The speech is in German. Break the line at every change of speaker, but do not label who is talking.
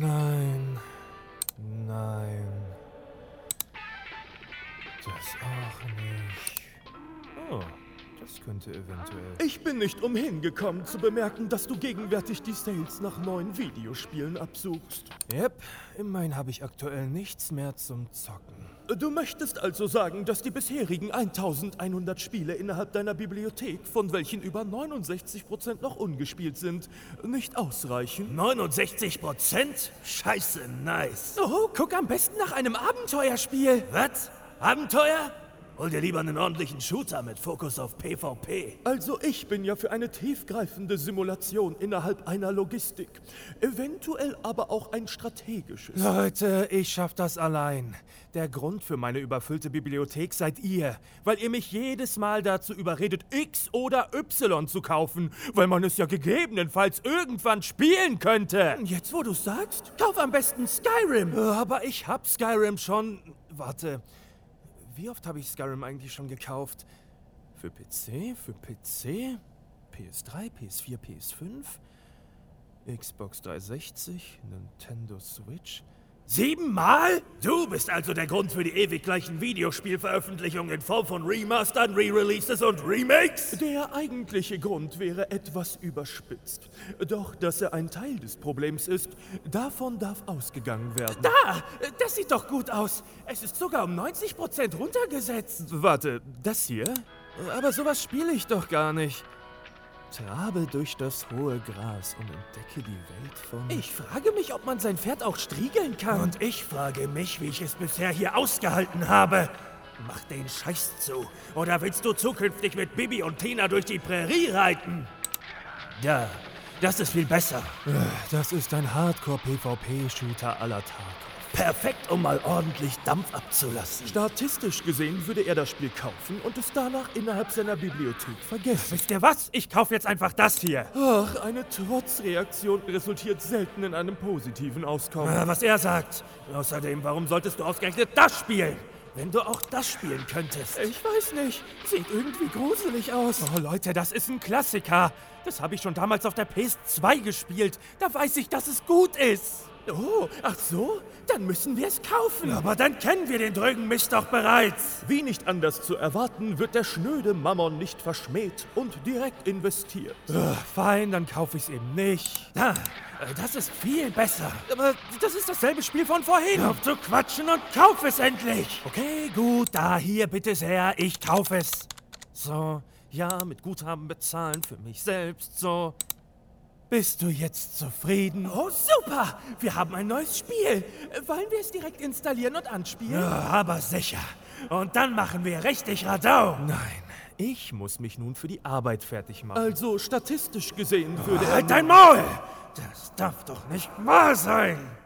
Nein. Nein. Das auch nicht. Oh, das könnte eventuell.
Ich bin nicht umhin gekommen zu bemerken, dass du gegenwärtig die Sales nach neuen Videospielen absuchst.
Yep, immerhin habe ich aktuell nichts mehr zum Zocken.
Du möchtest also sagen, dass die bisherigen 1100 Spiele innerhalb deiner Bibliothek, von welchen über 69% noch ungespielt sind, nicht ausreichen?
69 Prozent? Scheiße, nice.
Oh, guck am besten nach einem Abenteuerspiel.
Was? Abenteuer? Hol dir lieber einen ordentlichen Shooter mit Fokus auf PvP.
Also ich bin ja für eine tiefgreifende Simulation innerhalb einer Logistik, eventuell aber auch ein strategisches.
Leute, ich schaff das allein. Der Grund für meine überfüllte Bibliothek seid ihr, weil ihr mich jedes Mal dazu überredet, X oder Y zu kaufen, weil man es ja gegebenenfalls irgendwann spielen könnte.
Jetzt, wo du sagst, kauf am besten Skyrim.
Aber ich hab Skyrim schon. Warte. Wie oft habe ich Skyrim eigentlich schon gekauft? Für PC, für PC, PS3, PS4, PS5, Xbox 360, Nintendo Switch.
Siebenmal? Du bist also der Grund für die ewig gleichen Videospielveröffentlichungen in Form von Remastern, Re-Releases und Remakes?
Der eigentliche Grund wäre etwas überspitzt. Doch dass er ein Teil des Problems ist, davon darf ausgegangen werden.
Da! Das sieht doch gut aus. Es ist sogar um 90 Prozent runtergesetzt.
Warte, das hier? Aber sowas spiele ich doch gar nicht. Trabe durch das hohe Gras und entdecke die Welt von.
Ich frage mich, ob man sein Pferd auch striegeln kann.
Und ich frage mich, wie ich es bisher hier ausgehalten habe. Mach den Scheiß zu. Oder willst du zukünftig mit Bibi und Tina durch die Prärie reiten? Da, das ist viel besser.
Das ist ein Hardcore-PvP-Shooter aller Tarkov.
Perfekt, um mal ordentlich Dampf abzulassen.
Statistisch gesehen würde er das Spiel kaufen und es danach innerhalb seiner Bibliothek vergessen.
Wisst ihr was? Ich kaufe jetzt einfach das hier.
Ach, eine Trotzreaktion resultiert selten in einem positiven Auskommen.
Ah, Was er sagt. Außerdem, warum solltest du ausgerechnet das spielen? Wenn du auch das spielen könntest.
Ich weiß nicht. Sieht irgendwie gruselig aus.
Oh Leute, das ist ein Klassiker. Das habe ich schon damals auf der PS2 gespielt. Da weiß ich, dass es gut ist.
Oh, ach so? Dann müssen wir es kaufen.
Aber dann kennen wir den drögen Mist doch bereits.
Wie nicht anders zu erwarten, wird der schnöde Mammon nicht verschmäht und direkt investiert.
Ugh, fein, dann kaufe ich es eben nicht.
Na, äh, das ist viel besser.
Aber das ist dasselbe Spiel von vorhin.
Hör auf zu quatschen und kauf es endlich.
Okay, gut, da, hier, bitte sehr, ich kaufe es. So, ja, mit Guthaben bezahlen für mich selbst, so. Bist du jetzt zufrieden?
Oh, super. Wir haben ein neues Spiel.
Wollen wir es direkt installieren und anspielen?
Ja, aber sicher. Und dann machen wir richtig Radau.
Nein, ich muss mich nun für die Arbeit fertig machen.
Also statistisch gesehen würde er...
Halt dein Maul! Das darf doch nicht wahr sein!